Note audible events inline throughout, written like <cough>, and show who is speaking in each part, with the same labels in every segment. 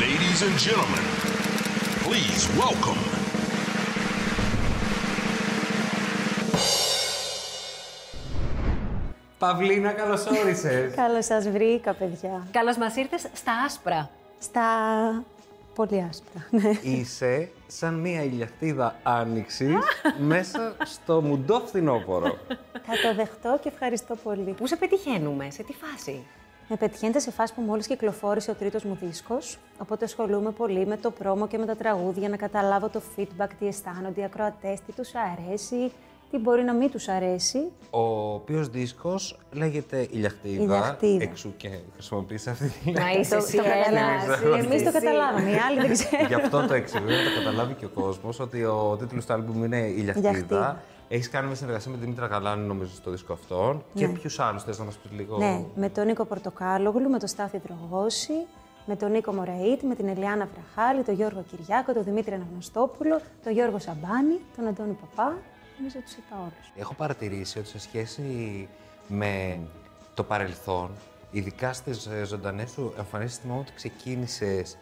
Speaker 1: Ladies and gentlemen, please welcome.
Speaker 2: Παυλίνα, καλώς όρισες.
Speaker 3: Καλώς σας βρήκα, παιδιά.
Speaker 4: Καλώς μας ήρθες στα άσπρα.
Speaker 3: Στα πολύ άσπρα. ναι.
Speaker 2: Είσαι σαν μια ηλιακτίδα άνοιξη <laughs> μέσα στο μουντό φθινόπωρο.
Speaker 3: Θα το δεχτώ και ευχαριστώ πολύ.
Speaker 4: Πού σε πετυχαίνουμε, σε τι φάση.
Speaker 3: Με πετυχαίνετε σε φάση που μόλις κυκλοφόρησε ο τρίτος μου δίσκος. Οπότε ασχολούμαι πολύ με το πρόμο και με τα τραγούδια να καταλάβω το feedback, τι αισθάνονται οι ακροατές, τι τους αρέσει, τι μπορεί να μην τους αρέσει.
Speaker 2: Ο οποίος δίσκος λέγεται ηλιακτίδα.
Speaker 3: Ηλιακτίδα.
Speaker 2: Εξού και χρησιμοποίησα αυτή τη λέξη. Ναι,
Speaker 4: Μα είσαι
Speaker 3: Το-
Speaker 4: εσύ
Speaker 3: το
Speaker 4: ένας.
Speaker 3: καταλάβαμε.
Speaker 4: είσαι
Speaker 3: Εμείς το
Speaker 4: εσύ.
Speaker 3: καταλάβαμε, οι άλλοι δεν ξέρουν.
Speaker 2: Γι' αυτό το εξηγούμε, το καταλάβει και ο κόσμος, ότι ο τίτλος του άλμπουμ είναι Ηλιακτίδα.
Speaker 3: Ηλιακτίδα.
Speaker 2: Έχεις κάνει μια συνεργασία με τη Μήτρα Καλάνη, νομίζω, στο δίσκο αυτόν. Και ποιους άλλους θες να μας πεις λίγο.
Speaker 3: Ναι, με τον Νίκο Πορτοκάλογλου, με τον Στάθη Δρογόση, με τον Νίκο Μωραήτη, με την Ελιάνα Βραχάλη, τον Γιώργο Κυριάκο, τον Δημήτρη Αναγνωστόπουλο, τον Γιώργο Σαμπάνη, τον Αντώνη Παπά. Νομίζω τους είπα όλους.
Speaker 2: Έχω παρατηρήσει ότι σε σχέση με το παρελθόν, ειδικά στις ε, ζωντανές σου εμφανίσεις, θυμάμαι ότι ξεκίνησες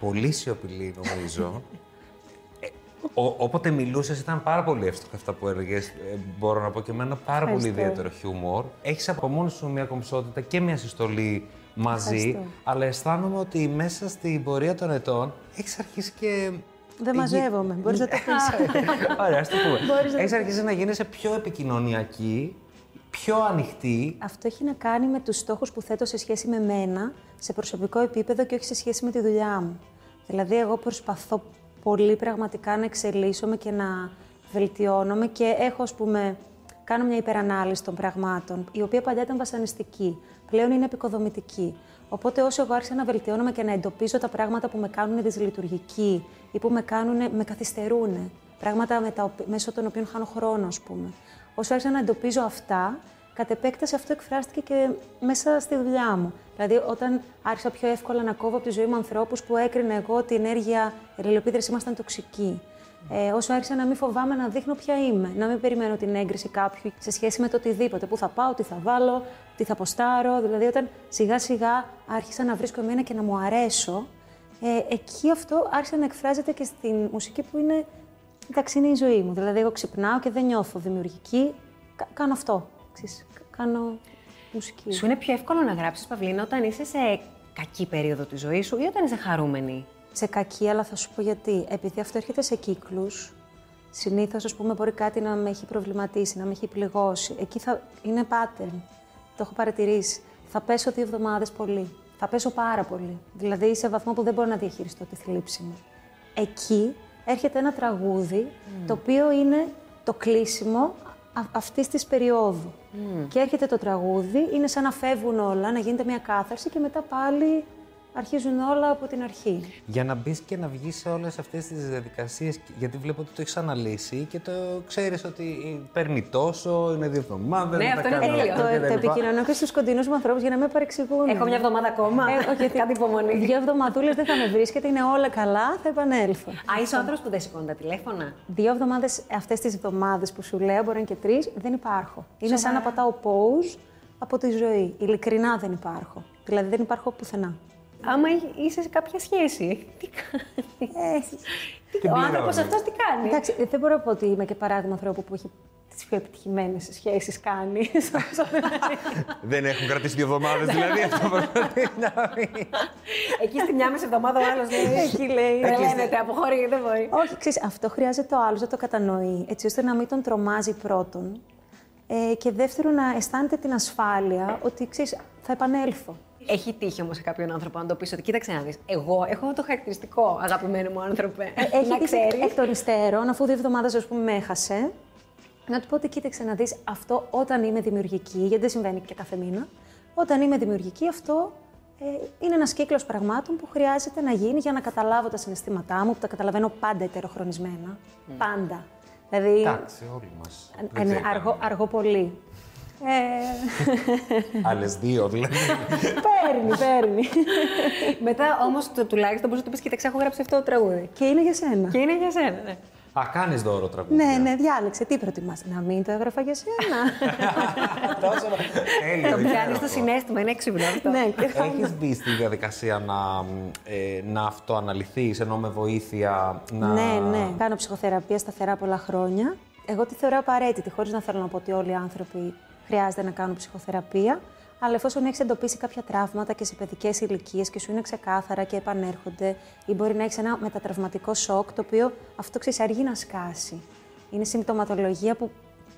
Speaker 2: πολύ σιωπηλή,
Speaker 3: <laughs>
Speaker 2: νομίζω. Ε, ο- όποτε μιλούσες ήταν πάρα πολύ εύστοχα αυτά που έλεγες, ε, μπορώ να πω και εμένα, πάρα πολύ
Speaker 3: Ευχαριστώ.
Speaker 2: ιδιαίτερο χιούμορ. Έχεις από μόνη σου μια κομψότητα και μια συστολή μαζί,
Speaker 3: Ευχαριστώ.
Speaker 2: αλλά αισθάνομαι ότι μέσα στην πορεία των ετών έχεις αρχίσει και... Ναι.
Speaker 3: Δεν μαζεύομαι, μπορείς να το
Speaker 2: Ωραία, ας το πούμε.
Speaker 3: Μπορείς να το
Speaker 2: Έχεις αρχίσει να γίνεσαι πιο επικοινωνιακή, πιο ανοιχτή.
Speaker 3: Αυτό έχει να κάνει με τους στόχους που θέτω σε σχέση με μένα, σε προσωπικό επίπεδο και όχι σε σχέση με τη δουλειά μου. Δηλαδή, εγώ προσπαθώ πολύ πραγματικά να εξελίσσομαι και να βελτιώνομαι και έχω, ας πούμε, κάνω μια υπερανάλυση των πραγμάτων, η οποία παλιά ήταν βασανιστική, πλέον είναι επικοδομητική. Οπότε όσο εγώ άρχισα να βελτιώνομαι και να εντοπίζω τα πράγματα που με κάνουν δυσλειτουργική ή που με κάνουν, με καθυστερούν, πράγματα με τα, οπ- μέσω των οποίων χάνω χρόνο, ας πούμε. Όσο άρχισα να εντοπίζω αυτά, Κατ' επέκταση αυτό εκφράστηκε και μέσα στη δουλειά μου. Δηλαδή, όταν άρχισα πιο εύκολα να κόβω από τη ζωή μου ανθρώπους που έκρινα εγώ ότι η ενέργεια ελληνοπίδρυση ήμασταν τοξική. Ε, όσο άρχισα να μην φοβάμαι να δείχνω ποια είμαι, να μην περιμένω την έγκριση κάποιου σε σχέση με το οτιδήποτε. Πού θα πάω, τι θα βάλω, τι θα ποστάρω. Δηλαδή, όταν σιγά σιγά άρχισα να βρίσκω εμένα και να μου αρέσω, ε, εκεί αυτό άρχισε να εκφράζεται και στην μουσική που είναι. Εντάξει, είναι η ζωή μου. Δηλαδή, εγώ ξυπνάω και δεν νιώθω δημιουργική. Κα- κάνω αυτό. Ξέρεις, κα- κάνω μουσική.
Speaker 4: Σου είναι πιο εύκολο να γράψεις, Παυλίνα, όταν είσαι σε κακή περίοδο της ζωής σου ή όταν είσαι χαρούμενη.
Speaker 3: Σε κακή, αλλά θα σου πω γιατί. Επειδή αυτό έρχεται σε κύκλους, συνήθως, ας πούμε, μπορεί κάτι να με έχει προβληματίσει, να με έχει πληγώσει. Εκεί θα... είναι pattern. Το έχω παρατηρήσει. Θα πέσω δύο εβδομάδες πολύ. Θα πέσω πάρα πολύ. Δηλαδή, σε βαθμό που δεν μπορώ να διαχειριστώ τη θλίψη μου. Εκεί έρχεται ένα τραγούδι, το οποίο είναι το κλείσιμο αυτής της περίοδου. Και έρχεται το τραγούδι, είναι σαν να φεύγουν όλα, να γίνεται μια κάθαρση και μετά πάλι αρχίζουν όλα από την αρχή.
Speaker 2: Για να μπεις και να βγεις σε όλες αυτές τις διαδικασίες, γιατί βλέπω ότι το έχεις αναλύσει και το ξέρεις ότι παίρνει τόσο, είναι δύο εβδομάδες.
Speaker 4: Ναι,
Speaker 2: τα
Speaker 4: αυτό είναι
Speaker 2: κάνω
Speaker 4: τέλειο.
Speaker 2: αυτά
Speaker 3: το,
Speaker 2: και τα
Speaker 3: το
Speaker 2: λοιπά.
Speaker 3: επικοινωνώ και στους κοντινούς μου ανθρώπους για να με παρεξηγούν.
Speaker 4: λοιπόν. Έχω μια εβδομάδα ακόμα. Ε,
Speaker 3: Ε,
Speaker 4: Κάτι υπομονή.
Speaker 3: Δύο εβδομαδούλες δεν θα με βρίσκεται, είναι όλα καλά, θα επανέλθω.
Speaker 4: Α, είσαι ο άνθρωπος που δεν σηκώνει τα τηλέφωνα.
Speaker 3: Δύο εβδομάδες, αυτές τις εβδομάδες που σου λέω, μπορεί να είναι και τρεις, δεν υπάρχω. Είναι σαν να πατάω pause από τη ζωή. Ειλικρινά δεν υπάρχω. Δηλαδή δεν υπάρχω πουθενά.
Speaker 4: Άμα είσαι σε κάποια σχέση, τι κάνεις.
Speaker 2: Την
Speaker 4: Ο
Speaker 2: πληρώνεις.
Speaker 4: άνθρωπος αυτός τι κάνει.
Speaker 3: Ε, Εντάξει, ε, δεν μπορώ να πω ότι είμαι και παράδειγμα ανθρώπου που έχει τις πιο επιτυχημένες σχέσεις
Speaker 4: <laughs>
Speaker 3: κάνει.
Speaker 2: Δεν έχουν κρατήσει δύο εβδομάδες, δηλαδή αυτό προσπαθεί να πει.
Speaker 4: Εκεί στη μια μισή εβδομάδα ο άλλος λέει.
Speaker 3: Εκεί λέει.
Speaker 4: Τρελαίνεται, αποχωρεί, δεν μπορεί.
Speaker 3: Όχι, ξέρεις, αυτό χρειάζεται ο άλλος να το κατανοεί, έτσι ώστε να μην τον τρομάζει πρώτον. Ε, και δεύτερον, να αισθάνεται την ασφάλεια ότι ξέρεις, θα επανέλθω.
Speaker 4: Έχει τύχει όμως σε κάποιον άνθρωπο να το πεις ότι κοίταξε να δεις. Εγώ έχω το χαρακτηριστικό, αγαπημένο μου άνθρωπε. να
Speaker 3: Ε, τύχει
Speaker 4: ξέρεις.
Speaker 3: εκ των υστέρων, αφού δύο εβδομάδες, ας πούμε, με έχασε, να του πω ότι κοίταξε να δεις αυτό όταν είμαι δημιουργική, γιατί δεν συμβαίνει και κάθε μήνα. Όταν είμαι δημιουργική, αυτό ε, είναι ένας κύκλος πραγμάτων που χρειάζεται να γίνει για να καταλάβω τα συναισθήματά μου, που τα καταλαβαίνω πάντα ετεροχρονισμένα. Πάντα. Δηλαδή.
Speaker 2: Εντάξει, όλοι
Speaker 3: Ε, ναι, αργό,
Speaker 2: μα.
Speaker 3: αργό πολύ. Ε, <laughs>
Speaker 2: Άλλες δύο δηλαδή.
Speaker 3: παίρνει, παίρνει.
Speaker 4: Μετά όμως τουλάχιστον μπορείς να του πεις: Κοίταξε, έχω γράψει αυτό το τραγούδι.
Speaker 3: και είναι για σένα.
Speaker 4: Και είναι για σένα, ναι.
Speaker 2: Α, κάνεις δώρο τραγούδια.
Speaker 3: Ναι, ναι, διάλεξε. Τι προτιμάς, να μην το έγραφα για <laughs> σένα.
Speaker 2: Τόσο τέλειο,
Speaker 4: Το πιάνει
Speaker 2: υπέροχο.
Speaker 4: στο συνέστημα, είναι έξυπνο αυτό.
Speaker 3: ναι, και θα-
Speaker 2: Έχεις μπει στη διαδικασία να, μ, ε, να αυτοαναλυθείς, ενώ με βοήθεια να...
Speaker 3: Ναι, ναι. Κάνω ψυχοθεραπεία σταθερά πολλά χρόνια. Εγώ τη θεωρώ απαραίτητη, χωρίς να θέλω να πω ότι όλοι οι άνθρωποι χρειάζεται να κάνουν ψυχοθεραπεία. Αλλά εφόσον έχεις εντοπίσει κάποια τραύματα και σε παιδικές ηλικίες και σου είναι ξεκάθαρα και επανέρχονται, ή μπορεί να έχεις ένα μετατραυματικό σοκ, το οποίο αυτό ξέρεις αργεί να σκάσει. Είναι συμπτωματολογία που,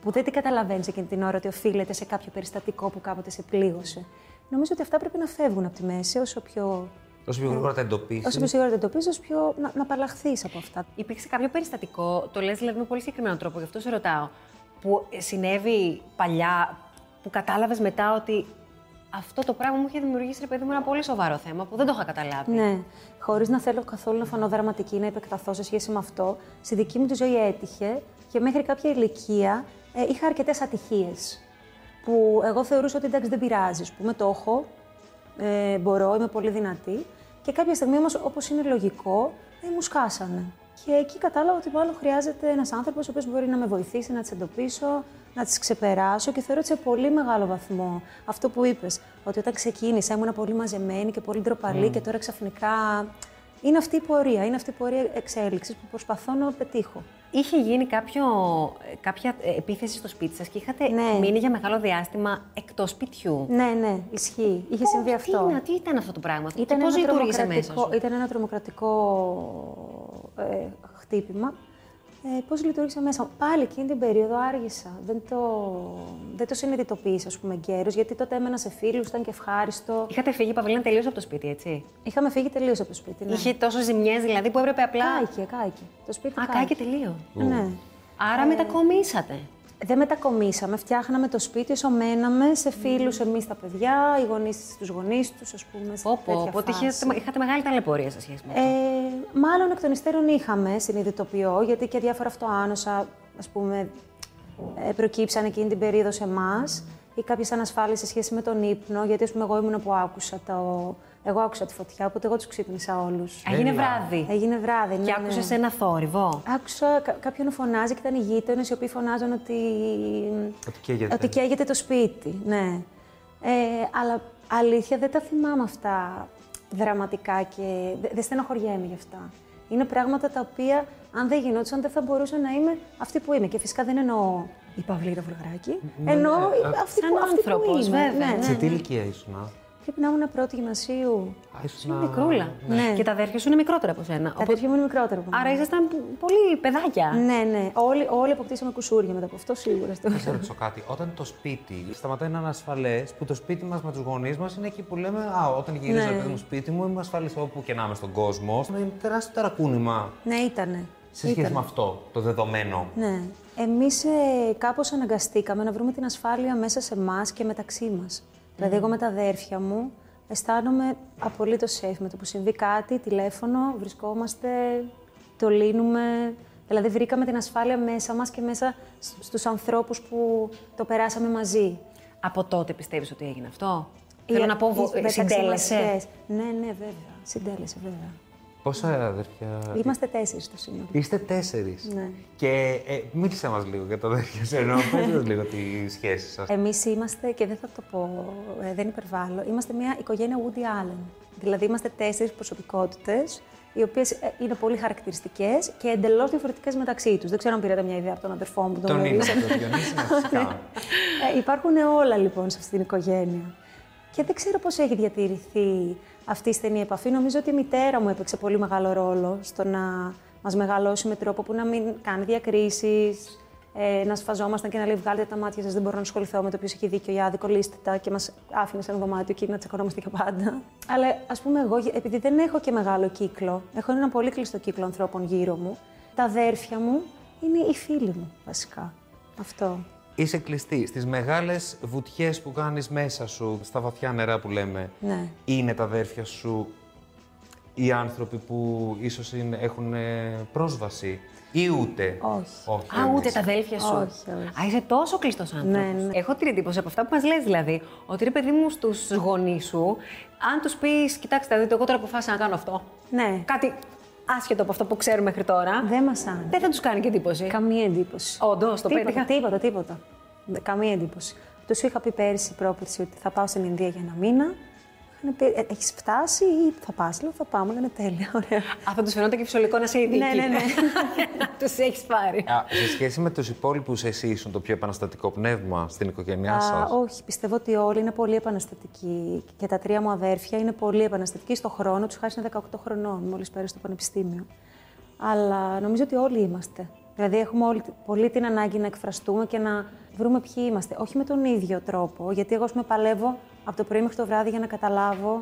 Speaker 3: που δεν την καταλαβαίνεις εκείνη την ώρα ότι οφείλεται σε κάποιο περιστατικό που κάποτε σε πλήγωσε. Νομίζω ότι αυτά πρέπει να φεύγουν από τη μέση όσο πιο.
Speaker 2: Όσο πιο γρήγορα τα εντοπίσεις.
Speaker 3: Όσο πιο σίγουρα τα εντοπίζει, όσο πιο να, να απαλλαχθείς από αυτά.
Speaker 4: Υπήρξε κάποιο περιστατικό, το λες δηλαδή με πολύ συγκεκριμένο τρόπο, γι' αυτό σε ρωτάω, που συνέβη παλιά, που κατάλαβες μετά ότι αυτό το πράγμα μου είχε δημιουργήσει, ρε παιδί μου, ένα πολύ σοβαρό θέμα που δεν το είχα καταλάβει.
Speaker 3: Ναι. Χωρίς να θέλω καθόλου να φανώ δραματική ή να επεκταθώ σε σχέση με αυτό, στη δική μου τη ζωή έτυχε και μέχρι κάποια ηλικία ε, είχα αρκετές ατυχίες. Που εγώ θεωρούσα ότι εντάξει δεν πειράζει. Που με το έχω, ε, μπορώ, είμαι πολύ δυνατή. Και κάποια στιγμή όμως, όπως είναι λογικό, ε, μου σκάσανε. Και εκεί κατάλαβα ότι μάλλον χρειάζεται ένας άνθρωπος ο οποίος μπορεί να με βοηθήσει να τις εντοπίσω, να τις ξεπεράσω και θεωρώ ότι σε πολύ μεγάλο βαθμό αυτό που είπες, ότι όταν ξεκίνησα ήμουν πολύ μαζεμένη και πολύ ντροπαλή και τώρα ξαφνικά. Είναι αυτή η πορεία, είναι αυτή η πορεία εξέλιξης που προσπαθώ να πετύχω.
Speaker 4: Είχε γίνει κάποιο, κάποια επίθεση στο σπίτι σας και είχατε
Speaker 3: Ναι.
Speaker 4: μείνει για μεγάλο διάστημα εκτός σπιτιού.
Speaker 3: Ναι, ναι, ισχύει. Είχε συμβεί
Speaker 4: Πώς, τι
Speaker 3: αυτό.
Speaker 4: είναι, Τι, ήταν αυτό το πράγμα, και
Speaker 3: Ήταν
Speaker 4: πώς
Speaker 3: ένα,
Speaker 4: λειτουργήσε μέσα
Speaker 3: τρομοκρατικό,
Speaker 4: σου.
Speaker 3: ήταν ένα τρομοκρατικό ε, χτύπημα. Ε, Πώς λειτουργήσα μέσα. μου. Πάλι εκείνη την περίοδο άργησα. Δεν το, δεν το συνειδητοποίησα, ας πούμε, εγκαίρω, γιατί τότε έμενα σε φίλους, ήταν και ευχάριστο.
Speaker 4: Είχατε φύγει, Παυλίνα, τελείως από το σπίτι, έτσι.
Speaker 3: Είχαμε φύγει τελείως από το σπίτι. Ναι.
Speaker 4: Είχε τόσο ζημιές δηλαδή που έπρεπε απλά...
Speaker 3: Κάηκε, κάηκε. Το σπίτι
Speaker 4: Α, κάκι τελείω. Ε,
Speaker 3: Ναι.
Speaker 4: Άρα μετακομίσατε.
Speaker 3: Δεν μετακομίσαμε, φτιάχναμε το σπίτι, όσο μέναμε σε φίλους, εμείς τα παιδιά, οι γονείς τους γονείς τους, ας πούμε. σε
Speaker 4: Πω, πω,
Speaker 3: τέτοια
Speaker 4: οπότε
Speaker 3: φάση.
Speaker 4: είχατε, είχατε μεγάλη ταλαιπωρία σε σχέση με αυτό.
Speaker 3: Ε, μάλλον εκ των υστέρων είχαμε, συνειδητοποιώ, γιατί και διάφορα αυτοάνοσα, ας πούμε, ε, προκύψαν εκείνη την περίοδο σε εμάς ή κάποιες ανασφάλειες σε σχέση με τον ύπνο, γιατί ας πούμε εγώ ήμουν που άκουσα το... Εγώ άκουσα τη φωτιά, οπότε εγώ τους ξύπνησα όλους.
Speaker 4: Α, Έγινε βράδυ.
Speaker 3: Έγινε βράδυ, ναι,
Speaker 4: Και
Speaker 3: Ε, ναι.
Speaker 4: άκουσες ένα θόρυβο.
Speaker 3: Άκουσα κα- κάποιον να φωνάζει και ήταν οι γείτονες οι οποίοι φωνάζαν ότι.
Speaker 2: Ότι καίγεται.
Speaker 3: ότι καίγεται το σπίτι, ναι. Ε, αλλά αλήθεια δεν τα θυμάμαι αυτά δραματικά και δε- δεν στενοχωριέμαι γι' αυτά. Είναι πράγματα τα οποία αν δεν γινόντουσαν δεν θα μπορούσα να είμαι αυτή που είμαι. Και φυσικά δεν εννοώ η Παυλίδα Βουλγαράκη. εννοώ αυτή,
Speaker 4: Σαν
Speaker 3: που, αυτή που
Speaker 4: άνθρωπος,
Speaker 3: είμαι.
Speaker 4: βέβαια,
Speaker 3: Ναι,
Speaker 4: ναι.
Speaker 2: Σε
Speaker 3: ναι.
Speaker 2: τι ηλικία ήσουν, α?
Speaker 3: Πρέπει να ήμουν πρώτη γυμνασίου.
Speaker 2: Α, ήσουν
Speaker 4: Είναι μικρούλα.
Speaker 3: Ναι.
Speaker 4: Και τα αδέρφια σου είναι μικρότερα από σένα.
Speaker 3: Τα
Speaker 4: Οπότε...
Speaker 3: αδέρφια μου είναι μικρότερα από μένα.
Speaker 4: Άρα ήσασταν πολύ παιδάκια.
Speaker 3: Ναι, ναι. Όλοι, όλοι αποκτήσαμε κουσούρια μετά από αυτό σίγουρα. στο-
Speaker 2: Να σε ρωτήσω κάτι. Όταν το σπίτι σταματάει να είναι ασφαλές, που το σπίτι μας με τους γονείς μας είναι εκεί που λέμε Α, όταν γυρίζω
Speaker 3: Ναι.
Speaker 2: ναι. μου σπίτι μου, είμαι ασφαλής όπου και να είμαι στον κόσμο. Είναι τεράστιο ταρακούνημα
Speaker 3: Ναι, ήτανε.
Speaker 2: σε σχέση με αυτό το δεδομένο.
Speaker 3: Ναι. Εμείς ε, κάπως αναγκαστήκαμε να βρούμε την ασφάλεια μέσα σε εμάς και μεταξύ μας. Δηλαδή, εγώ με τα αδέρφια μου αισθάνομαι απολύτως safe με το που συμβεί κάτι, τηλέφωνο, βρισκόμαστε, το λύνουμε. Δηλαδή, βρήκαμε την ασφάλεια μέσα μας και μέσα σ- στους ανθρώπους που το περάσαμε μαζί.
Speaker 4: Από τότε πιστεύεις ότι έγινε αυτό.
Speaker 3: Οι-
Speaker 4: Θέλω να πω,
Speaker 3: οι-
Speaker 4: βο-
Speaker 3: μεταξύ
Speaker 4: συντέλεσε.
Speaker 3: ε, μας, Ναι, ναι, βέβαια. Συντέλεσε, βέβαια.
Speaker 2: Πόσα αδέρφια.
Speaker 3: Είμαστε τέσσερις στο σύνολο.
Speaker 2: Είστε τέσσερις.
Speaker 3: Ναι.
Speaker 2: Και ε, μίλησε μας λίγο για τα αδέρφια σου, ενώ πες μας λίγο τη σχέση σας.
Speaker 3: Εμείς είμαστε, και δεν θα το πω, ε, δεν υπερβάλλω, είμαστε μια οικογένεια Woody Allen. Δηλαδή, είμαστε τέσσερις προσωπικότητες, οι οποίες είναι πολύ χαρακτηριστικές και εντελώς διαφορετικές μεταξύ τους. Δεν ξέρω αν πήρατε μια ιδέα από τον αδερφό μου, τον,
Speaker 2: Τον είδα,
Speaker 3: γνωρίζετε.
Speaker 2: τον Διονύση,
Speaker 3: <laughs>
Speaker 2: φυσικά.
Speaker 3: Ε, υπάρχουν όλα λοιπόν σε αυτή την οικογένεια. Και δεν ξέρω πώς έχει διατηρηθεί αυτή η στενή επαφή. Νομίζω ότι η μητέρα μου έπαιξε πολύ μεγάλο ρόλο στο να μας μεγαλώσει με τρόπο που να μην κάνει διακρίσεις, ε, να σφαζόμασταν και να λέει βγάλετε τα μάτια σας, δεν μπορώ να ασχοληθώ με το ποιος έχει δίκιο ή άδικο, λύστε τα και μας άφηνε σε ένα δωμάτιο και να τσακωνόμαστε και πάντα. Αλλά ας πούμε εγώ, επειδή δεν έχω και μεγάλο κύκλο, έχω ένα πολύ κλειστό κύκλο ανθρώπων γύρω μου, τα αδέρφια μου είναι οι φίλοι μου βασικά. Αυτό.
Speaker 2: Είσαι κλειστή στις μεγάλες βουτιές που κάνεις μέσα σου, στα βαθιά νερά που λέμε.
Speaker 3: Ναι.
Speaker 2: Είναι τα αδέρφια σου οι άνθρωποι που ίσως έχουν ε, πρόσβαση ή ούτε.
Speaker 3: Όχι.
Speaker 2: Όχι.
Speaker 4: Α, ούτε
Speaker 2: εμείς.
Speaker 4: τα αδέλφια σου.
Speaker 3: Όχι, όχι.
Speaker 4: Α, είσαι τόσο κλειστός άνθρωπος.
Speaker 3: Ναι, ναι.
Speaker 4: Έχω την εντύπωση από αυτά που μας λες δηλαδή, ότι ρε παιδί μου στους γονείς σου, αν τους πεις, κοιτάξτε, δείτε, εγώ τώρα αποφάσισα να κάνω αυτό.
Speaker 3: Ναι.
Speaker 4: Κάτι άσχετο από αυτό που ξέρουμε μέχρι τώρα,
Speaker 3: Δεν μας άρεσε.
Speaker 4: δεν θα τους κάνει και εντύπωση.
Speaker 3: Καμία εντύπωση.
Speaker 4: Όντως, το
Speaker 3: τίποτα,
Speaker 4: πέτυχα.
Speaker 3: Τίποτα, τίποτα. Δε- Καμία εντύπωση. Τους είχα πει πέρυσι πρόπερση ότι θα πάω στην Ινδία για ένα μήνα. Είχαν πει, έχεις φτάσει ή θα πας. Λέω, θα πάω. Μου λένε τέλεια, ωραία.
Speaker 4: Α, θα τους φαινόταν και φυσιολογικό να σε ειδική.
Speaker 3: Ναι, ναι,
Speaker 4: <laughs>
Speaker 3: ναι.
Speaker 4: τους έχεις πάρει.
Speaker 2: Α, σε σχέση με τους υπόλοιπους, εσύ ήσουν το πιο επαναστατικό πνεύμα στην οικογένειά
Speaker 3: Α,
Speaker 2: σας.
Speaker 3: όχι, πιστεύω ότι όλοι είναι πολύ επαναστατικοί. Και τα τρία μου αδέρφια είναι πολύ επαναστατικοί στο χρόνο τους. Χάρη είναι 18 χρονών, μόλις πέρασε το πανεπιστήμιο. Αλλά νομίζω ότι όλοι είμαστε. Δηλαδή, έχουμε όλοι, πολύ την ανάγκη να εκφραστούμε και να βρούμε ποιοι είμαστε. Όχι με τον ίδιο τρόπο, γιατί εγώ ας πούμε, παλεύω από το πρωί μέχρι το βράδυ για να καταλάβω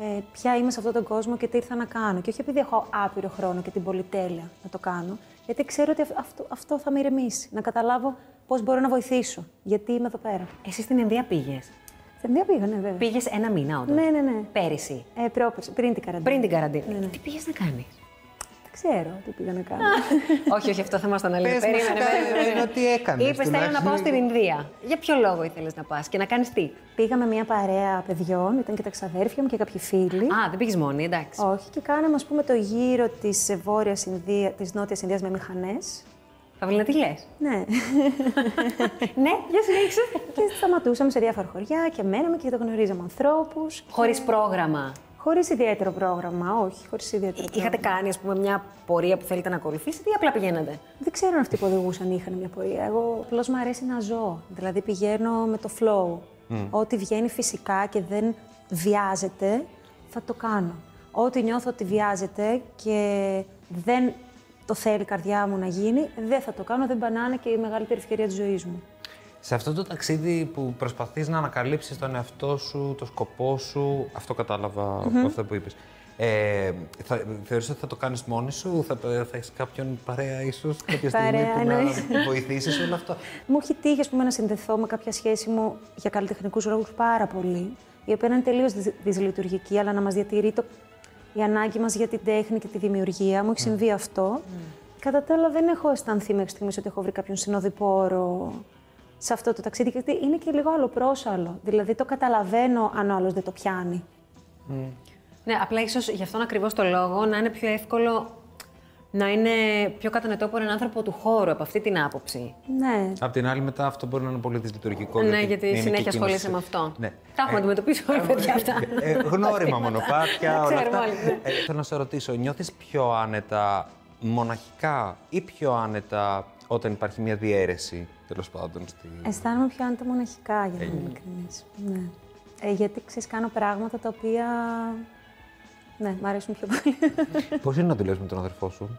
Speaker 3: ε, ποια είμαι σε αυτόν τον κόσμο και τι ήρθα να κάνω. Και όχι επειδή έχω άπειρο χρόνο και την πολυτέλεια να το κάνω, γιατί ξέρω ότι αυ- αυτό, αυτό θα με ηρεμήσει. Να καταλάβω πώς μπορώ να βοηθήσω, γιατί είμαι εδώ πέρα.
Speaker 4: Εσύ στην Ινδία πήγες.
Speaker 3: Στην Ινδία πήγα, ναι, βέβαια.
Speaker 4: Πήγες ένα μήνα όντως.
Speaker 3: Ναι, ναι, ναι.
Speaker 4: Πέρυσι.
Speaker 3: Ε, πρόπερση, πριν την καραντίνα.
Speaker 4: Πριν την καραντίνα.
Speaker 3: Ναι, ναι.
Speaker 4: Τι πήγες να κάνεις.
Speaker 3: Δεν ξέρω τι πήγα να κάνω.
Speaker 4: <laughs> όχι, όχι, αυτό θα ήμασταν αλλιώ.
Speaker 2: Πες μας
Speaker 4: Περίμενε,
Speaker 2: τα-
Speaker 4: περίμενε. περίμενε.
Speaker 2: τι έκανες,
Speaker 4: Είπες, θέλω να
Speaker 2: τουλάχιστον.
Speaker 4: πάω στην Ινδία. Για ποιο λόγο ήθελες να πας και να κάνεις τι.
Speaker 3: πήγα με μια παρέα παιδιών, ήταν και τα ξαδέρφια μου και κάποιοι φίλοι.
Speaker 4: Α, δεν πήγες μόνη, εντάξει.
Speaker 3: Όχι, και κάναμε ας πούμε το γύρο της βόρειας Ινδία, της νότιας Ινδίας με μηχανές.
Speaker 4: Παυλίνα, τι λες.
Speaker 3: Ναι.
Speaker 4: <laughs> ναι, για συνέχισε.
Speaker 3: και σταματούσαμε σε διάφορα χωριά και μέναμε και γνωρίζαμε ανθρώπους.
Speaker 4: Χωρίς πρόγραμμα.
Speaker 3: Χωρίς ιδιαίτερο πρόγραμμα, όχι, χωρίς ιδιαίτερο πρόγραμμα.
Speaker 4: Είχατε κάνει, ας πούμε, μια πορεία που θέλετε να ακολουθήσετε ή απλά πηγαίνατε.
Speaker 3: Δεν ξέρω αν αυτοί που οδηγούσαν είχαν μια πορεία. Εγώ απλώς μου αρέσει να ζω. Δηλαδή πηγαίνω με το flow. Ό,τι βγαίνει φυσικά και δεν βιάζεται, θα το κάνω. Ό,τι νιώθω ότι βιάζεται και δεν το θέλει η καρδιά μου να γίνει, δεν θα το κάνω. Δεν πανάνε και η μεγαλύτερη ευκαιρία της ζωής μου.
Speaker 2: Σε αυτό το ταξίδι που προσπαθείς να ανακαλύψεις τον εαυτό σου, το σκοπό σου, αυτό κατάλαβα από αυτά που είπες. Ε, θα, θεωρείς ότι θα το κάνεις μόνη σου, θα, θα έχεις κάποιον παρέα ίσως κάποια στιγμή
Speaker 3: Παρέα,
Speaker 2: που να
Speaker 3: εννοείς.
Speaker 2: βοηθήσεις όλο αυτό.
Speaker 3: Μου έχει τύχει ας πούμε, να συνδεθώ με κάποια σχέση μου για καλλιτεχνικούς λόγους πάρα πολύ, η οποία να είναι τελείως δυσλειτουργική, αλλά να μας διατηρεί το... η ανάγκη μας για την τέχνη και τη δημιουργία. Μου έχει συμβεί αυτό. Κατά τα άλλα, δεν έχω αισθανθεί μέχρι στιγμής ότι έχω βρει κάποιον συνοδοιπόρο σε αυτό το ταξίδι, γιατί είναι και λίγο αλλοπρόσαλο. Δηλαδή, το καταλαβαίνω αν ο άλλος δεν το πιάνει.
Speaker 4: Ναι, απλά ίσως γι' αυτόν ακριβώς το λόγο να είναι πιο εύκολο να είναι πιο κατανοητό από έναν άνθρωπο του χώρου από αυτή την άποψη.
Speaker 3: Ναι,
Speaker 2: Απ' την άλλη, μετά αυτό μπορεί να είναι πολύ δυσλειτουργικό.
Speaker 4: Ναι, γιατί
Speaker 2: είναι και
Speaker 4: συνέχεια
Speaker 2: εκείνος-
Speaker 4: ασχολείσαι με αυτό.
Speaker 2: Ναι.
Speaker 4: Τα έχουμε αντιμετωπίσει όλα, παιδιά, αυτά.
Speaker 2: Ε, γνώριμα μονοπάτια, όλα
Speaker 4: ξέρουμε
Speaker 2: αυτά.
Speaker 4: όλοι, ναι.
Speaker 2: Ε, θέλω να σε ρωτήσω, νιώθεις πιο άνετα μοναχικά ή πιο άνετα όταν υπάρχει μια διαίρεση, τέλος πάντων, στη...
Speaker 3: <laughs> Αισθάνομαι πιο άνετα μοναχικά, για να είμαι ειλικρινής. Ναι. Ε, γιατί ξέρεις, κάνω πράγματα τα οποία. Ναι, μου αρέσουν πιο πολύ.
Speaker 2: Πώς είναι να δουλεύεις με τον αδερφό σου?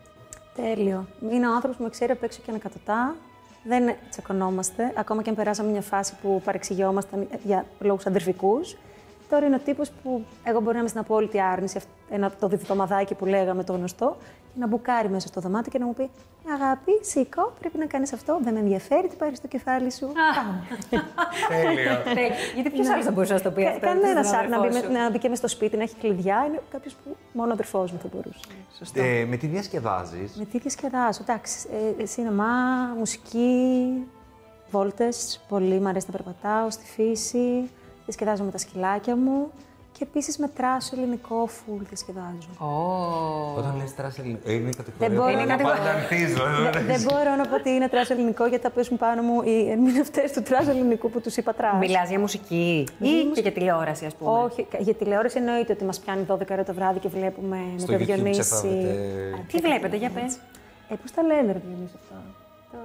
Speaker 3: Τέλειο. Είναι ο άνθρωπος που με ξέρει απ' έξω και ανακατοτά. Δεν τσακωνόμαστε. Ακόμα και αν περάσαμε μια φάση που παρεξηγιόμασταν για λόγους αντρεφικού. Τώρα είναι ο τύπος που εγώ μπορεί να είμαι στην απόλυτη άρνηση, αυ- ένα, το διδυτομαδάκι που λέγαμε το γνωστό, και να μπουκάρει μέσα στο δωμάτιο και να μου πει Αγάπη, σήκω, πρέπει να κάνεις αυτό. Δεν με ενδιαφέρει, τι πάρεις στο κεφάλι σου. Πάμε.
Speaker 2: Ε,
Speaker 4: Ναι, γιατί ποιος άλλος θα μπορούσε να το πει
Speaker 3: Κα-
Speaker 4: αυτό.
Speaker 3: Κανένα
Speaker 4: εκτός
Speaker 3: άλλο
Speaker 4: του
Speaker 3: να, μπει
Speaker 4: αδερφού
Speaker 3: με-
Speaker 4: σου.
Speaker 3: να μπει και μες στο σπίτι, να έχει κλειδιά. Είναι κάποιος που μόνο ο αδερφός μου θα μπορούσε.
Speaker 2: Ε, με τι διασκεδάζει.
Speaker 3: Με τι διασκεδάζω, εντάξει. Ε, σινεμά, μουσική, βόλτες. Πολύ μου αρέσει να περπατάω στη φύση. Διασκεδάζω με τα σκυλάκια μου. Και επίσης μετράσω ελληνικό φουλ διασκεδάζω.
Speaker 4: Ω.
Speaker 2: Όταν λες τρας ελληνικό, Ε, είναι η κατηγορία
Speaker 3: Δεν
Speaker 2: που
Speaker 3: μπορώ
Speaker 2: θέλω
Speaker 3: να
Speaker 2: πάω
Speaker 3: το-
Speaker 2: αντανθίζω, ε,
Speaker 3: Δε- Ναι, Δεν μπορώ να πω ότι είναι τρας ελληνικό γιατί θα πέσουν πάνω μου οι ερμηνευτές του τρας ελληνικού που τους είπα τρας.
Speaker 4: Μιλάς για μουσική ή και για τηλεόραση, ας πούμε.
Speaker 3: Όχι, κα- για τηλεόραση εννοείται ότι μας πιάνει 12 ώρα το βράδυ και βλέπουμε
Speaker 2: Στο
Speaker 3: με
Speaker 2: YouTube
Speaker 3: το Διονύση.
Speaker 2: ψεφάζεται.
Speaker 3: Α,
Speaker 4: Τι βλέπετε, για πες.
Speaker 3: Ε, πώς τα λένε, ρε Διονύση αυτά. Το...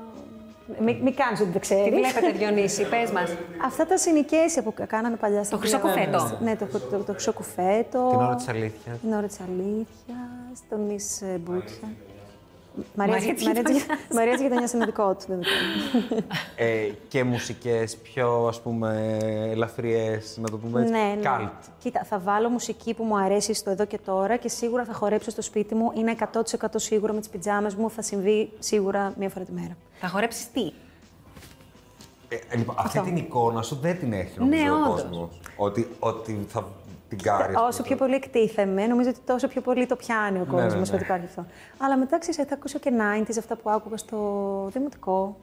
Speaker 3: Μην μη κάνεις ότι δεν
Speaker 4: Τι
Speaker 3: ξέρει.
Speaker 4: βλέπετε, Διονύση, πες μας.
Speaker 3: Αυτά τα συνοικέσια που κάνανε παλιά στην
Speaker 4: Το χρυσό
Speaker 3: τηλεόραση.
Speaker 4: κουφέτο.
Speaker 3: Ναι, το, το, το, χρυσό κουφέτο.
Speaker 2: Την ώρα της αλήθειας.
Speaker 3: Την ώρα της αλήθειας. Τον Μισ ε, Μπούτσια.
Speaker 4: Μαρία
Speaker 3: Μαρία
Speaker 4: της
Speaker 3: της Γειτονιάς.
Speaker 4: Γειτονιάς.
Speaker 3: Μαρία τη γειτονιά είναι δικό του. δεν το κάνω.
Speaker 2: Ε, και μουσικές πιο, ας πούμε, ελαφριές, να το πούμε έτσι,
Speaker 3: ναι, ναι.
Speaker 2: cult.
Speaker 3: Κοίτα, θα βάλω μουσική που μου αρέσει στο εδώ και τώρα και σίγουρα θα χορέψω στο σπίτι μου. Είναι 100% σίγουρα με τις πιτζάμες μου. Θα συμβεί σίγουρα μία φορά τη μέρα.
Speaker 4: Θα χορέψεις τι.
Speaker 2: Ε, λοιπόν, αυτή την εικόνα σου δεν την έχει
Speaker 4: Ναι,
Speaker 2: νομίζω ο
Speaker 4: όντως.
Speaker 2: κόσμος. Ότι, ότι θα την κάνει. ας
Speaker 3: Ε, Όσο
Speaker 2: πούμε.
Speaker 3: πιο πολύ εκτίθεμαι, νομίζω ότι τόσο πιο πολύ το πιάνει ο κόσμος
Speaker 2: ναι, ναι.
Speaker 3: ότι υπάρχει αυτό. Αλλά μετά ξέρεις, θα ακούσω και 90s, αυτά που άκουγα στο δημοτικό.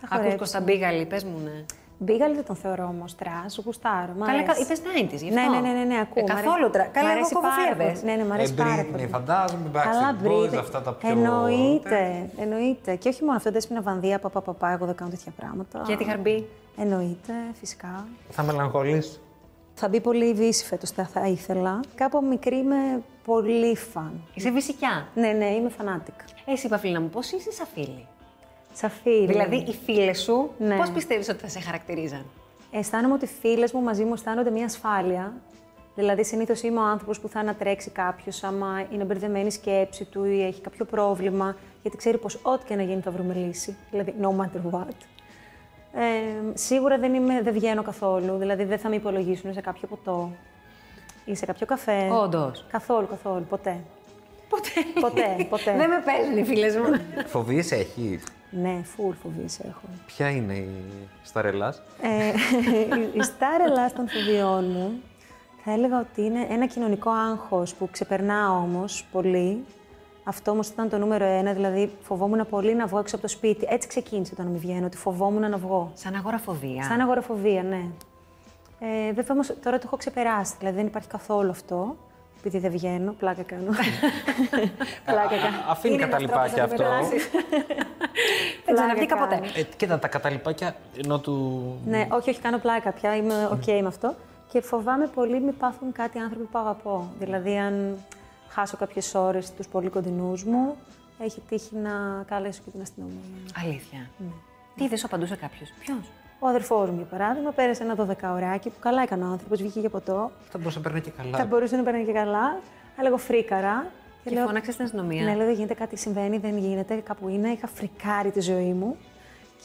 Speaker 3: Θα
Speaker 4: Ακού
Speaker 3: χορέψω.
Speaker 4: Κωνσταντίγαλη, πες μου, ναι.
Speaker 3: Μπίγαλ δεν τον θεωρώ όμως τραν, γουστάρω. μ'
Speaker 4: Καλά,
Speaker 3: αρέσει.
Speaker 4: είπες 90s, γι'
Speaker 3: Ναι,
Speaker 4: αυτό.
Speaker 3: ναι, ναι, ναι, ναι, ακούω.
Speaker 4: Ε,
Speaker 3: μ' αρέσει.
Speaker 4: καθόλου τρα- Καλά,
Speaker 3: Μ'
Speaker 4: εγώ
Speaker 3: αρέσει πάρα
Speaker 4: κοβοφιέρβες.
Speaker 3: πολύ. Ναι, ναι, μου
Speaker 2: Ε,
Speaker 3: αρέσει πάρα
Speaker 2: Britney,
Speaker 3: πολύ.
Speaker 2: φαντάζομαι, Backstreet Boys,
Speaker 3: Britney.
Speaker 2: αυτά τα πιο...
Speaker 3: Εννοείται, εννοείται. Και όχι μόνο αυτό, Ντέσπινα Βανδία, παπα, παπα, εγώ δεν κάνω τέτοια πράγματα.
Speaker 4: Και τη χαρμπή.
Speaker 3: Εννοείται, φυσικά.
Speaker 2: Θα μελαγχολείς.
Speaker 3: Θα μπει πολύ βύση φέτος, θα, θα ήθελα. Κάπου μικρή είμαι πολύ φαν.
Speaker 4: Είσαι βυσικιά. Ε,
Speaker 3: Ναι, ναι, είμαι φανάτικ.
Speaker 4: Εσύ είπα φίλη μου, πώς είσαι σαν φίλη.
Speaker 3: Σαφή.
Speaker 4: Δηλαδή, οι φίλες σου,
Speaker 3: Ναι.
Speaker 4: πώς πιστεύεις ότι θα σε χαρακτηρίζαν.
Speaker 3: Αισθάνομαι ότι οι φίλες μου μαζί μου αισθάνονται μια ασφάλεια. Δηλαδή, συνήθως είμαι ο άνθρωπος που θα ανατρέξει κάποιος άμα είναι μπερδεμένη η σκέψη του ή έχει κάποιο πρόβλημα, γιατί ξέρει πως ό,τι και να γίνει θα βρούμε λύση. Δηλαδή, no matter what. Ε, σίγουρα δεν, είμαι, δεν βγαίνω καθόλου. Δηλαδή, δεν θα με υπολογίσουν σε κάποιο ποτό ή σε κάποιο καφέ.
Speaker 4: Όντως.
Speaker 3: Καθόλου, καθόλου. Ποτέ.
Speaker 4: Ποτέ.
Speaker 3: Ποτέ, ποτέ.
Speaker 4: Δεν με παίζουν οι φίλες μου.
Speaker 2: Φοβίες έχεις.
Speaker 3: Ναι, φουλ φοβής έχω.
Speaker 2: Ποια είναι η σταρελάς.
Speaker 3: Ε, η- η Star Ελλάς των φοβιών μου θα έλεγα ότι είναι ένα κοινωνικό άγχος που ξεπερνά όμως πολύ. Αυτό όμως ήταν το νούμερο ένα, δηλαδή φοβόμουν πολύ να βγω έξω από το σπίτι. Έτσι ξεκίνησε το να μην βγαίνω, ότι φοβόμουν να βγω.
Speaker 4: Σαν αγοραφοβία.
Speaker 3: Σαν αγοραφοβία, ναι. Ε, βέβαια όμως τώρα το έχω ξεπεράσει, δηλαδή δεν υπάρχει καθόλου αυτό. Επειδή δεν βγαίνω, πλάκα
Speaker 2: <laughs>
Speaker 3: κάνω. πλάκα κάνω.
Speaker 2: Α, αφήνει
Speaker 3: Είναι ένας
Speaker 2: καταλυπάκια
Speaker 3: τρόπος να
Speaker 2: αυτό. <laughs>
Speaker 3: ξεπεράσεις.
Speaker 4: Δεν ξαναβγήκα
Speaker 3: Πλάκα
Speaker 4: ποτέ.
Speaker 3: κάνω.
Speaker 5: Ε, κοίτα, τα καταλυπάκια ενώ του.
Speaker 3: Ναι, όχι, όχι, κάνω πλάκα πια. Είμαι οκ με αυτό. Και φοβάμαι πολύ μην πάθουν κάτι άνθρωποι που αγαπώ. Δηλαδή, αν χάσω κάποιες ώρες τους πολύ κοντινούς μου, έχει τύχει να καλέσω και την αστυνομία.
Speaker 4: Αλήθεια. Τι δεν σου απαντούσε κάποιος. Ποιος.
Speaker 3: Ο αδερφός μου, για παράδειγμα, πέρασε ένα δωδεκαωράκι που καλά έκανε ο άνθρωπος, βγήκε για ποτό.
Speaker 2: Θα μπορούσε να παίρνει και καλά.
Speaker 3: Θα μπορούσε να παίρνει και καλά, αλλά εγώ φρίκαρα.
Speaker 4: Και φώναξες στην αστυνομία.
Speaker 3: Ναι, λέω δεν γίνεται κάτι, συμβαίνει, δεν γίνεται, κάπου είναι. Είχα φρικάρει τη ζωή μου.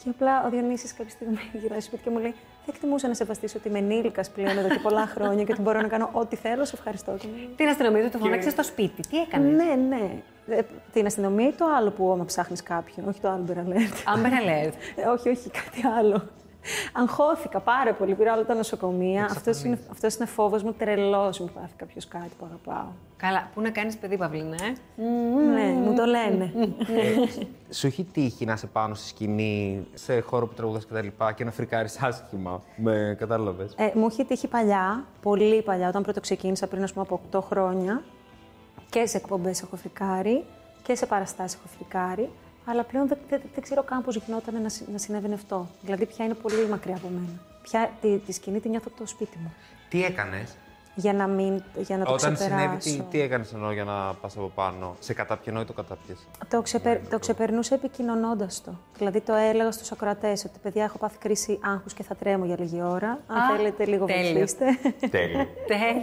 Speaker 3: Και απλά ο Διονύσης κάποια στιγμή <laughs> γυρνάει στο σπίτι και μου λέει: Θα εκτιμούσα να σε βαστήσω ότι είμαι ενήλικας πλέον εδώ και πολλά χρόνια και ότι μπορώ να κάνω ό,τι θέλω. Σε ευχαριστώ. Και μου λέει,
Speaker 4: Την αστυνομία του το φώναξε στο σπίτι. Τι έκανες.
Speaker 3: Ναι, ναι. Ε, Την αστυνομία ή το άλλο που άμα ψάχνεις κάποιον. Όχι το Amber Alert.
Speaker 4: Amber Alert.
Speaker 3: Ε, όχι, όχι, κάτι άλλο. Αγχώθηκα πάρα πολύ. Πήρα όλα τα νοσοκομεία. Αυτός είναι, αυτός είναι φόβος μου τρελός. Μου πάθει κάποιος κάτι που αγαπάω.
Speaker 4: Καλά, πού να κάνεις παιδί, Παυλίνα, ε.
Speaker 3: Ναι, μου το λένε.
Speaker 2: Σου έχει τύχει να είσαι πάνω στη σκηνή, σε χώρο που τραγουδάς και τα λοιπά και να φρικάρεις άσχημα. Με κατάλαβες.
Speaker 3: Ε, μου είχε τύχει παλιά, πολύ παλιά, όταν πρώτο ξεκίνησα πριν ας πούμε, από 8 χρόνια. Και σε εκπομπές έχω φρικάρει και σε παραστάσεις έχω φρικάρει. Αλλά πλέον δεν, δεν, δεν ξέρω καν πώς γινόταν να, συ- να συνέβαινε αυτό. Δηλαδή, πια είναι πολύ μακριά από μένα. Πια τη, τη σκηνή τη νιώθω από το σπίτι μου.
Speaker 2: Τι έκανες.
Speaker 3: Για να, μην, για να το
Speaker 2: Όταν συνέβη,
Speaker 3: ξεπεράσω.
Speaker 2: τι, τι έκανες ενώ για να πας από πάνω. Σε κατάπιε ή το
Speaker 3: <laughs>
Speaker 2: κατάπιες.
Speaker 3: Το, ξεπερ, το ξεπερνούσα επικοινωνώντας το. Δηλαδή, το έλεγα στους ακροατές ότι παιδιά, έχω πάθει κρίση άγχους και θα τρέμω για λίγη ώρα. Αν
Speaker 4: Α,
Speaker 3: θέλετε, λίγο
Speaker 2: <laughs>
Speaker 4: τέλειο.
Speaker 3: βοηθήστε.
Speaker 2: Τέλειο.
Speaker 4: Τέλεια.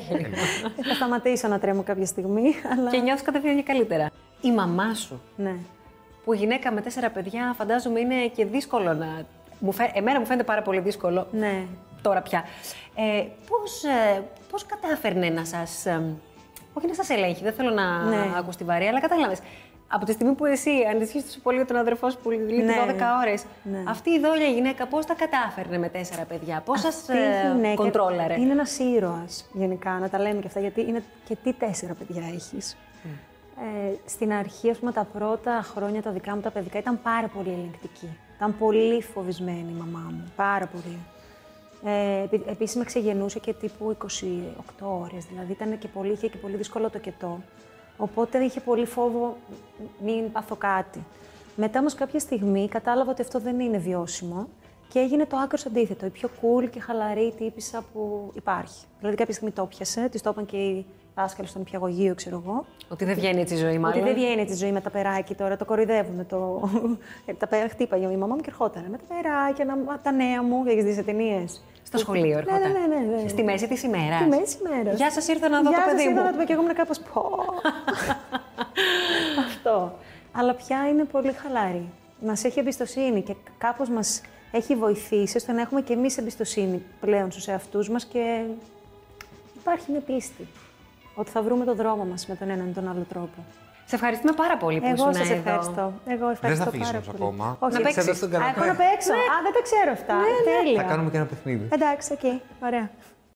Speaker 3: θα σταματήσω να τρέμω κάποια στιγμή, αλλά.
Speaker 4: και νιώθει κατευθείαν και καλύτερα. Η μαμά σου,
Speaker 3: Ναι.
Speaker 4: που γυναίκα με τέσσερα παιδιά, φαντάζομαι είναι και δύσκολο να. Μου φα- Εμένα μου φαίνεται πάρα πολύ δύσκολο.
Speaker 3: Ναι.
Speaker 4: Τώρα πια. Ε, πώς, ε, πώς κατάφερνε να σας... ε, όχι να σας ελέγχει, δεν θέλω να
Speaker 3: Ναι.
Speaker 4: ακούς τη βαρία, αλλά κατάλαβες. Από τη στιγμή που εσύ ανησυχείς τόσο πολύ για τον αδερφό σου που λειτουργεί
Speaker 3: Ναι.
Speaker 4: 12 ώρες,
Speaker 3: Ναι.
Speaker 4: αυτή η δόλια γυναίκα πώς τα κατάφερνε με τέσσερα παιδιά, πώς σας
Speaker 3: Αυτή η
Speaker 4: ε,
Speaker 3: γυναίκα
Speaker 4: κοντρόλαρε.
Speaker 3: Είναι ένας ήρωας γενικά, να τα λέμε και αυτά, γιατί είναι και τι τέσσερα παιδιά έχεις. Ε, στην αρχή, ας πούμε, τα πρώτα χρόνια τα δικά μου τα παιδικά ήταν πάρα πολύ ελεγκτική. Ήταν πολύ φοβισμένη η μαμά μου. Πάρα πολύ. Ε, επει- επίσης με ξεγενούσε και τύπου 28 ώρες, δηλαδή ήταν και πολύ, είχε και πολύ δύσκολο το κετό. Οπότε είχε πολύ φόβο μην πάθω κάτι. Μετά όμως κάποια στιγμή κατάλαβα ότι αυτό δεν είναι βιώσιμο και έγινε το άκρος αντίθετο, η πιο cool και χαλαρή τύπησα που υπάρχει. Δηλαδή κάποια στιγμή το πιασε, της το είπαν και οι δάσκαλοι στον πιαγωγείο, ξέρω εγώ.
Speaker 4: Ότι δεν βγαίνει έτσι η ζωή μάλλον.
Speaker 3: Ότι δεν βγαίνει τη ζωή με τα περάκι τώρα, το κοροϊδεύουμε. Το... <laughs> Ε, τα πέρα χτύπαγε η μαμά μου και ερχόταν. Με τα περάκια, να- τα νέα μου, έχεις δει σε ταινίες.
Speaker 4: Στο σχολείο ερχόταν.
Speaker 3: Ναι, ναι, ναι, ναι.
Speaker 4: Στη μέση της ημέρας.
Speaker 3: Τη μέση ημέρας.
Speaker 4: Γεια σας, ήρθα να δω το παιδί
Speaker 3: Γεια σα,
Speaker 4: μου.
Speaker 3: να το πω και εγώ ήμουν κάπως.
Speaker 4: <laughs>
Speaker 3: Πω. Αυτό. Αλλά πια είναι πολύ χαλάρη. Μας έχει εμπιστοσύνη και κάπως μας έχει βοηθήσει ώστε να έχουμε και εμείς εμπιστοσύνη πλέον στους εαυτούς μας και υπάρχει μια πίστη ότι θα βρούμε το δρόμο μας με τον έναν ή τον άλλο τρόπο.
Speaker 4: Σε ευχαριστούμε πάρα πολύ Ε, που
Speaker 3: Εγώ
Speaker 4: ήσουν
Speaker 3: σας
Speaker 4: εδώ.
Speaker 3: ευχαριστώ. Εγώ ευχαριστώ πάρα
Speaker 2: φύγεις όμως
Speaker 3: πολύ.
Speaker 2: ακόμα.
Speaker 3: Όχι.
Speaker 4: Να παίξεις. Ναι.
Speaker 2: Σε δω στον
Speaker 3: Α, έχω να
Speaker 2: καναπέ.
Speaker 3: παίξω. Α, δεν τα ξέρω αυτά. Τέλεια.
Speaker 2: Θα κάνουμε και ένα παιχνίδι.
Speaker 3: Εντάξει, οκ. Ωραία.